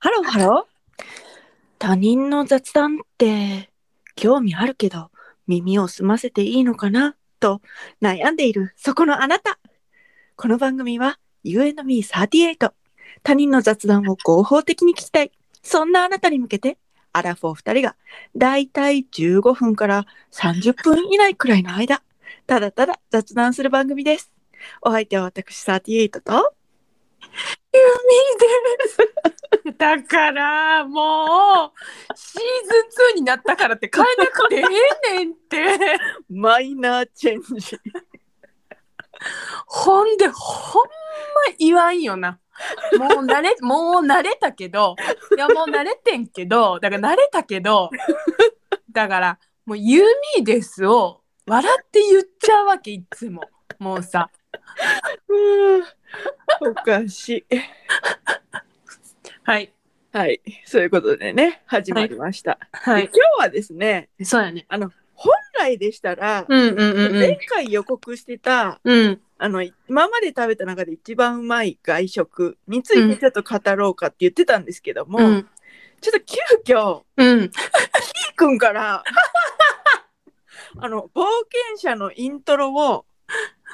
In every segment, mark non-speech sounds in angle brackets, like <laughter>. ハローハロー。他人の雑談って興味あるけど耳を澄ませていいのかなと悩んでいるそこのあなた。この番組は UNME38 他人の雑談を合法的に聞きたい。そんなあなたに向けてアラフォー2人がだいたい15分から30分以内くらいの間ただただ雑談する番組です。お相手は私38とだからもうシーズン2になったからって変えなくてええねんってマイナーチェンジ。ほんでほんま言わんよなもう慣れもう慣れたけどいやもう慣れてんけどだから慣れたけどだからもう「ユーミーです」を笑って言っちゃうわけいつももうさうん <laughs> おかしい。はいはい、そういうことでね、始まりました。はで今日はですね、そうやねあの本来でしたら、うんうんうんう前ん回予告してたうんあの今まで食べた中で一番うまい外食についてちょっと語ろうかって言ってたんですけども、うんちょっと急遽うんキーくんから <laughs> あの冒険者のイントロを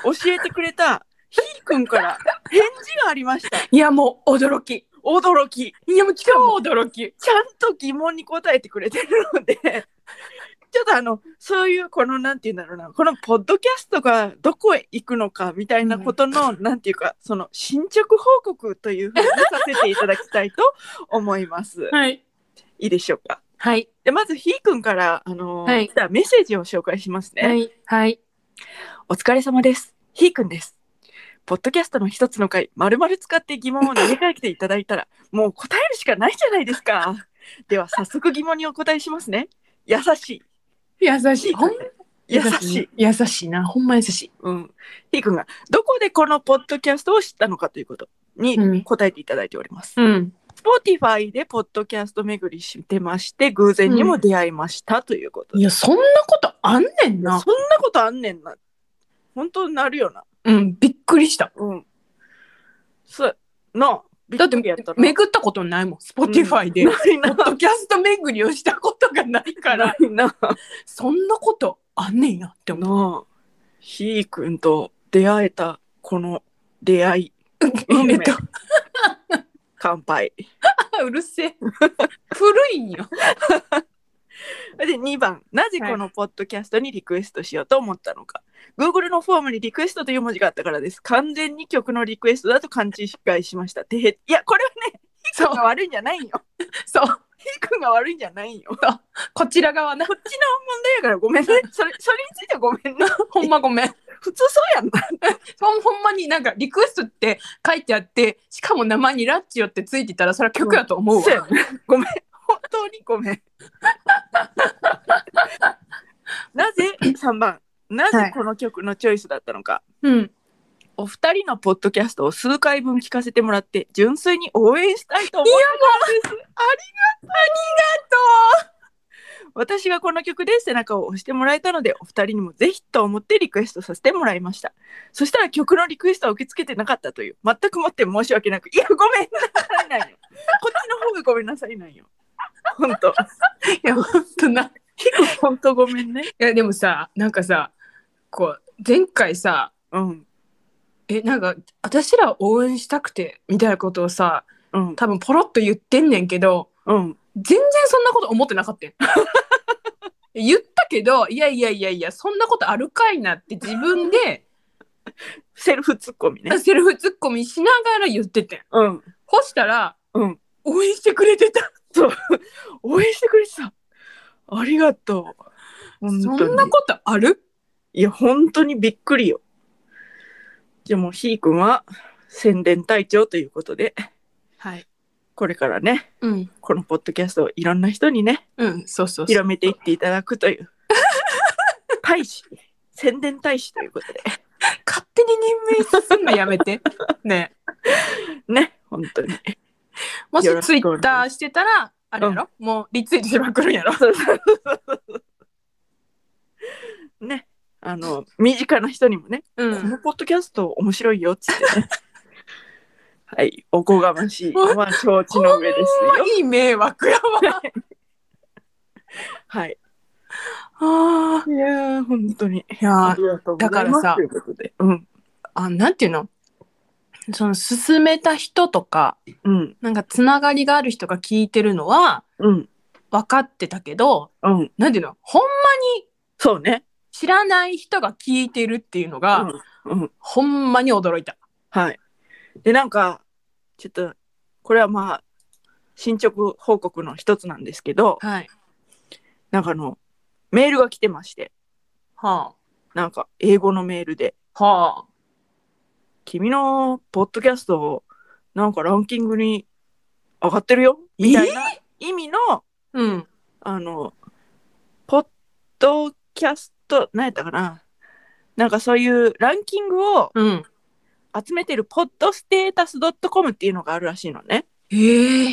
教えてくれたひーくんから返事がありました。いやもう驚き驚き。いやもう超驚き。ちゃんと疑問に答えてくれてるので <laughs> ちょっとあのそういうこのなんて言うんだろうなこのポッドキャストがどこへ行くのかみたいなことの、なんていうかその進捗報告というふうにさせていただきたいと思いますはいいいでしょうか。はいでまずひーくんから、あのーはい来たメッセージを紹介しますね。はい、はい。お疲れ様です。ひーくんです。ポッドキャストの一つの回、まるまる使って疑問を投げかけていただいたら、もう答えるしかないじゃないですか。では、早速疑問にお答えしますね。優しい。優しい。ほん優優ししいい。。優しいな。ほんま優しい。うん。ひーくんが、どこでこのポッドキャストを知ったのかということうんに答えていただいております。うん。 Spotify でポッドキャスト巡りしてまして、偶然にも出会いましたということいで。や、そんなことあんねんそんなな。ことあんねんな。本当になるよな。うん、びっくりした。うん。そう、なあ。だってびくりやたな巡ったことないもん。Spotify <laughs> で。ポないなッドキャスト巡りをしたことがないから、ないな。なそんなことあんねんなって思う。あ、ひーくんと出会えたこの出会い、運え命っと、乾杯。うるせえ。古いんよ。で、2番、なぜこのポッドキャストにリクエストしようと思ったのか。Google のフォームにリクエストという文字があったからです。完全に曲のリクエストだと勘違いしました。てへいや、これはね、ひーくんが悪いんじゃないよ。そう。ひーくんが悪いんじゃないよ。こっこちら側な。ちの問題やからごめんね。それ、それについてはごめんね。ほんまごめん。 <laughs> 普通そうやんな。ほんほんまになんかリクエストって書いてあって、しかも名前にラッチよってついてたら、それは曲やと思うわ。そうやねごめん本当にご <laughs> めんなぜ3番なはぜいこの曲のチョイスだったのか、 <laughs> うん。お二人のポッドキャストを数回分聞かせてもらって純粋に応援したいと思います私がこの曲で背中を押してもらえたのでお二人にもぜひと思ってリクエストさせてもらいましたそしたら曲のリクエストは受け付けてなかったという全くもって申し訳なくいやごめんなさいなんよこっちの方がごめんなさいなんよ本当いや、本当な。本当ごめんねいやでもさなんかさこう前回さうんえなんか私ら応援したくてみたいなことをさうん多分ポロッと言ってんねんけどうん全然そんなこと思ってなかった <laughs> よ言ったけどいやいやいやいやそんなことあるかいなって自分でセルフツッコ <laughs> ミね。セルフツッコミしながら言っててんうん。ほしたらうん。応援してくれてたそう。応援してくれてた。ありがとう。そ本当にんなことあるいや、本当にびっくりよ。じゃあもう、ひーくんは宣伝隊長ということで、はいこれからね、うんこのポッドキャストをいろんな人にね、うんそうそうそう広めていっていただくという。大使。宣伝大使ということで。勝手に任命すんのや <laughs> めてねね、本当に。 <laughs> もよしろツイしくお願いッターしてたら、あれやろ、もうリツイートしまくるんやろね、あの、身近な人にもね、うこのん。 <laughs> ポッドキャスト面白いよっつってね。はい、おこがましい。ほんまあ、承知の上ですよ。いい迷惑やわ。はい。あいやー、本当に。 <laughs> ーいやあーりがとうごだざかいらますさということで。うん。あ、なんていうのその勧めた人とか、うん。なんかつながりがある人が聞いてるのはうん。分かってたけど、うん。なんていうのほんまにそうね。知らない人が聞いてるっていうのが、うん。うん。ほんまに驚いた。はい。で、なんか、ちょっと、これはまあ、進捗報告の一つなんですけど、はい。なんかあの、メールが来てまして、はなんか、英語のメールで、あ。はあ。君のポッドキャスト、なんかランキングに上がってるよみたいな意味の、うん。あの、ポッドキャスト、何やったかななんかそういうランキングをうん。集めてるポッドステータス .com っていうのがあるらしいのね。ええ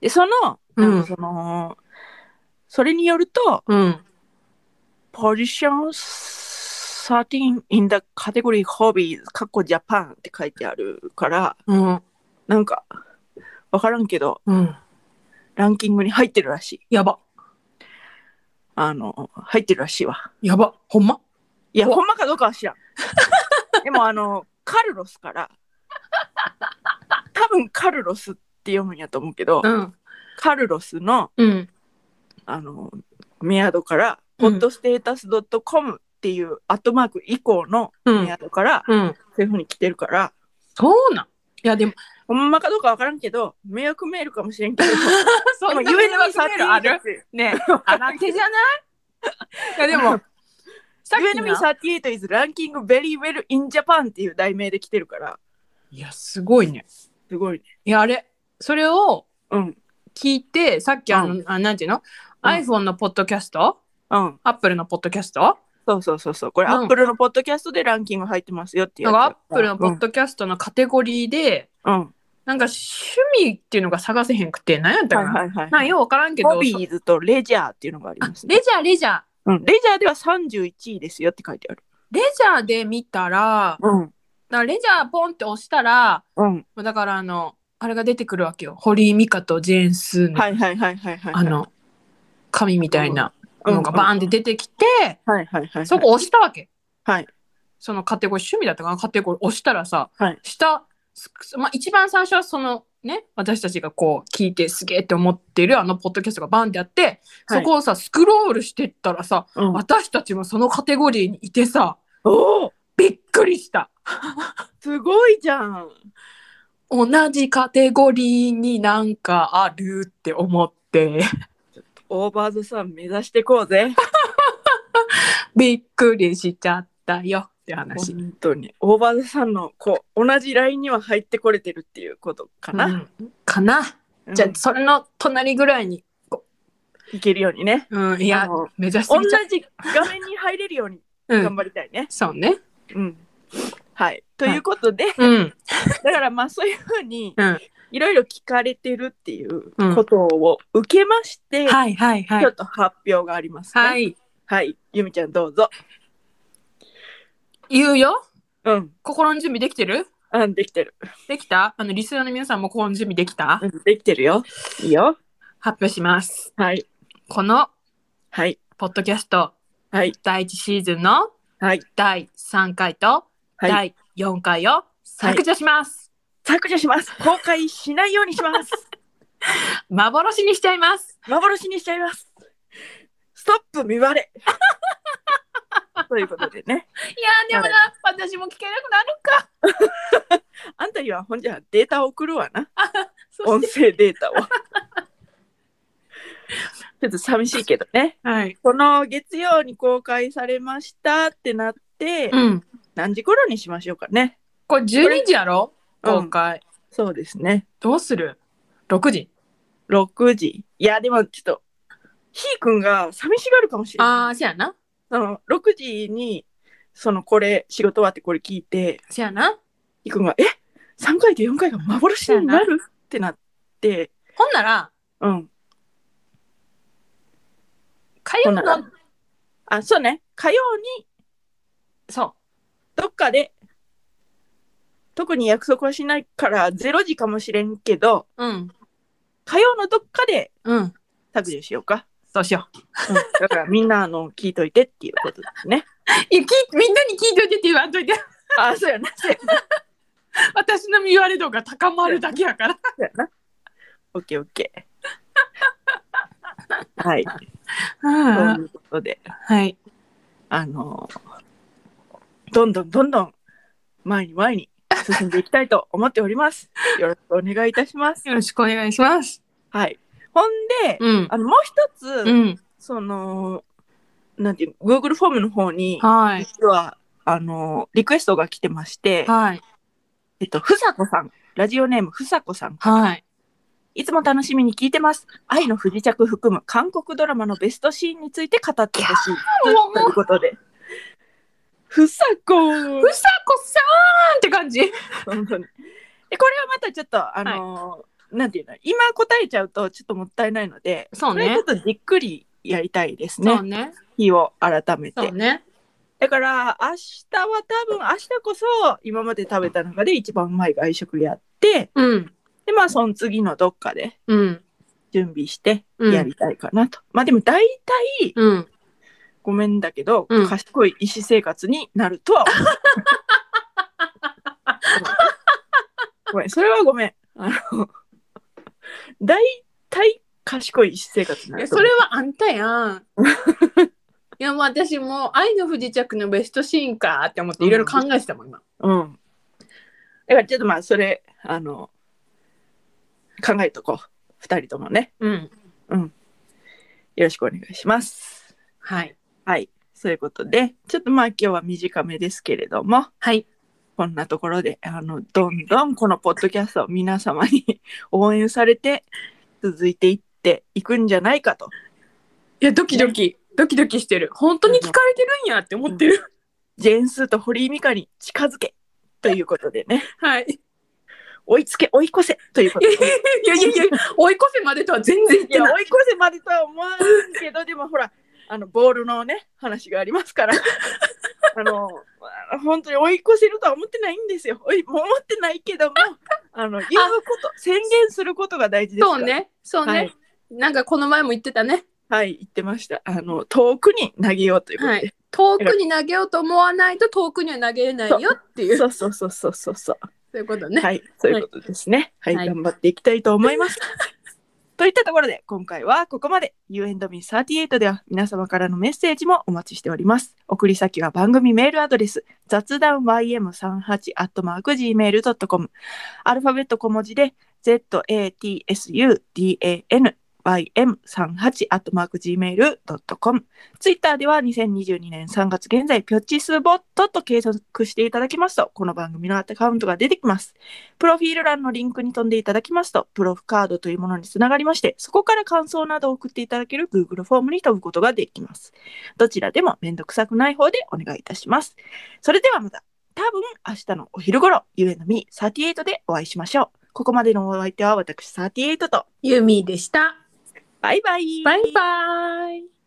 で、その、うんなんかその、それによると、うん。ポジション13 in the category hobbies かっこジャパンって書いてあるから、うん。なんか、わからんけど、うん。ランキングに入ってるらしい。やば。あの、入ってるらしいわ。やば。ほんまいや、おほんまかどうかは知らん。 <laughs> でも、あの、カルロスから、多分カルロスって読むんやと思うけど、うん。カルロスの、うん。あの、メアドから、ポうんッドステータス .com っていうアットマーク以降のうメアん。ドから、うん。そういうふうに来てるから、そうなん。いや、でも、ほんまかどうかわからんけど、迷惑メールかもしれんけど、 <laughs> そでも、うゆえにサ査ー定テある率ねえ、荒 <laughs> 手じゃないいや、でも、さっき UNB の38 is ranking very well in Japan っていう題名で来てるから、いや、すごいね。すごいね。いや、あれ、それをうん。聞いて、さっきあの、あなんていうの、うん ?iPhone のポッドキャストうん。 ?Apple のポッドキャストそうそうそうそう。これ、うんアップルのポッドキャストでランキング入ってますよっていうなんやつ。か Apple のポッドキャストのカテゴリーで、うん。うんなんか趣味っていうのが探せへんくて、なんやったかはいな、はいはい。なんかようわからんけど、ホビーズとレジャーっていうのがありあますね。レジャー、レジャー。うん、レジャーでは31位ですよって書いてある。レジャーで見たら、だかうん。らレジャーポンって押したら、うん。だからあの、あれが出てくるわけよ。堀井美香とジェーン・スーのはいはいはいはいはい。あの紙みたいなのがバーンって出てきて、うん。はいはいはい。そこ。押したわけ。はい。そのカテゴリー趣味だったかなカテゴリー押したらさ、はい下、すまあ、一番最初はそのね私たちがこう聞いてすげえって思ってるあのポッドキャストがバーンってあってはいそこをさ、スクロールしてったらさうん、私たちもそのカテゴリーにいてさおおびっくりしたすごいじゃん。同じカテゴリーになんかあるって思ってオーバーズさん目指してこうぜ。びっくりしちゃったよって話。本当に。オーバーズさんのこう同じラインには入ってこれてるっていうことかな。うんかな、うんじゃあそれの隣ぐらいに、いけるようにね。うん、いあやの目指して同みちゃじ画面に入れるようにう、う頑ん、張りたいね。そうねうん。はい。ということで、 <laughs> うんだからまあそういうふうにうんいろいろ聞かれてるっていうことを受けまして、はいはいはちょっいと発表がありますね。。はいいはい。ゆみちゃんどうぞ。言うようん。心の準備できてるうん、できてる。できたあのリスナーの皆さんも心の準備できた、うん、できてるよ。いいよ。発表しますはい。このはい。ポッドキャストはい。第1シーズンのはい。第3回とはい。第4回を削除します、削除します。公開しないようにします。幻にしちゃいます幻にしちゃいます。ストップ見割れ。 <laughs> ということでね。いやーでもな、私も聞けなくなるかあんたにはほんじゃデータを送るわな。そ音して声デー <laughs> タを。ちょっと寂しいけどね。はいこの月曜に公開されましたってなって、うん何時頃にしましょうかね。これ12時やろうん公開、そうですね。どうする ?6 時。 6時。いや、でもちょっと、ひーくんが寂しがるかもしれあなあ、い。せやな。その6時に、そのこれ、仕事終わってこれ聞いて、せやな。ひーくんが、え ?3 回と4回が幻になるってなって、ほんなら、うん。火曜ほのんな、あ、そうね。火曜にそどっかで特に約束はしないから0時かもしれんけどうん。火曜のどっかでうん。削除しようか、そうしよう。うんだからみんなあの聞いといてっていうことですねいや、きみんなに聞いといてって言わんといて。 <laughs> あそうやなそうやな私の言われ度が高まるだけや <laughs> から。そうやなオッケーオッケーはいとはいいうことではい。あのどんどんどんどん前に前に進んでいきたいと思っており <laughs> ます。よろしくお願いいたします。よろしくお願いします。はい。ほんで、うん。あのもう一つ、うん。そのなんていう Google フォームの方にはい。実はあのリクエストが来てまして、はい。えっとふさこさん、ラジオネームふさこさん、はい。いつも楽しみに聞いてます。愛の不時着含む韓国ドラマのベストシーンについて語ってほしキャーもういということで。ふさこうさこさーんって感じ。 <laughs> 本当に。で、これはまたちょっと、あのーなんていうの、今答えちゃうと、ちょっともったいないので。そうこれちねょっ。とじっくりやりたいですそうね。ね。日を改めそうて。ね。だから、明日は多分、明日こそ、今まで食べた中で一番うまい外食やって。うん。で、まあ、その次のどっかでうん。準備して、うんやりたいかなと。まあ、でも、大体、うん。ごめんだけど、うん賢い医師生活になると <laughs> は思う。ごめん、それはごめん。あの、大体賢い医師生活にないやるそれはあんたや <laughs> ん。いやもう私もう「愛の不時着」のベストシーンかって思っていろいろ考えてたもん今。うん。だからちょっとまあ、それ、あの、考えとこう。二人ともね。うん。よろしくお願いします。はい。はい。そういうことで、ちょっとまあ今日は短めですけれども、はい。こんなところで、あの、どんどんこのポッドキャストを皆様に <laughs> 応援されて、続いていっていくんじゃないかと。いやドキドキドキドキしてる。本当に聞かれてるんやって思ってる。ジェーンスーと堀井美香に近づけということでね、はい。い追いつけ、追い越せということやで。いやいやいやいや追い越せまでとは全然言っいてや、ない。追い越せまでとは思わんけど、でもほら、あの、ボールのね、話がありますから、 <laughs> あの、本当に追い越せるとは思ってないんですよ。追い思ってないけども、あの、言うこと、宣言することが大事ですから。そうね。そうね。はいなんかこの前も言ってたね。はい、言ってました。あの、遠くに投げようということで。はい。遠くに投げようと思わないと遠くには投げれないよっていうそそううそうそうそうそうそう。いうことね。はい、そういうことですね。はい、はい頑張っていきたいと思います。 <laughs> といったところで、今回はここまで You and me38 では皆様からのメッセージもお待ちしております。送り先は番組メールアドレス雑談 ym38-gmail.com アルファベット小文字で zatsudan ym38-gmail.com ツイッターでは2022年3月現在、ピョッチスボットと検索していただきますと、この番組のアカウントが出てきます。プロフィール欄のリンクに飛んでいただきますと、プロフカードというものにつながりまして、そこから感想などを送っていただける Google フォームに飛ぶことができます。どちらでもめんどくさくない方でお願いいたします。それではまた、多分明日のお昼頃、ゆえのみ38でお会いしましょう。ここまでのお相手は私38と、ユーミーでした。バイバイバイバイ。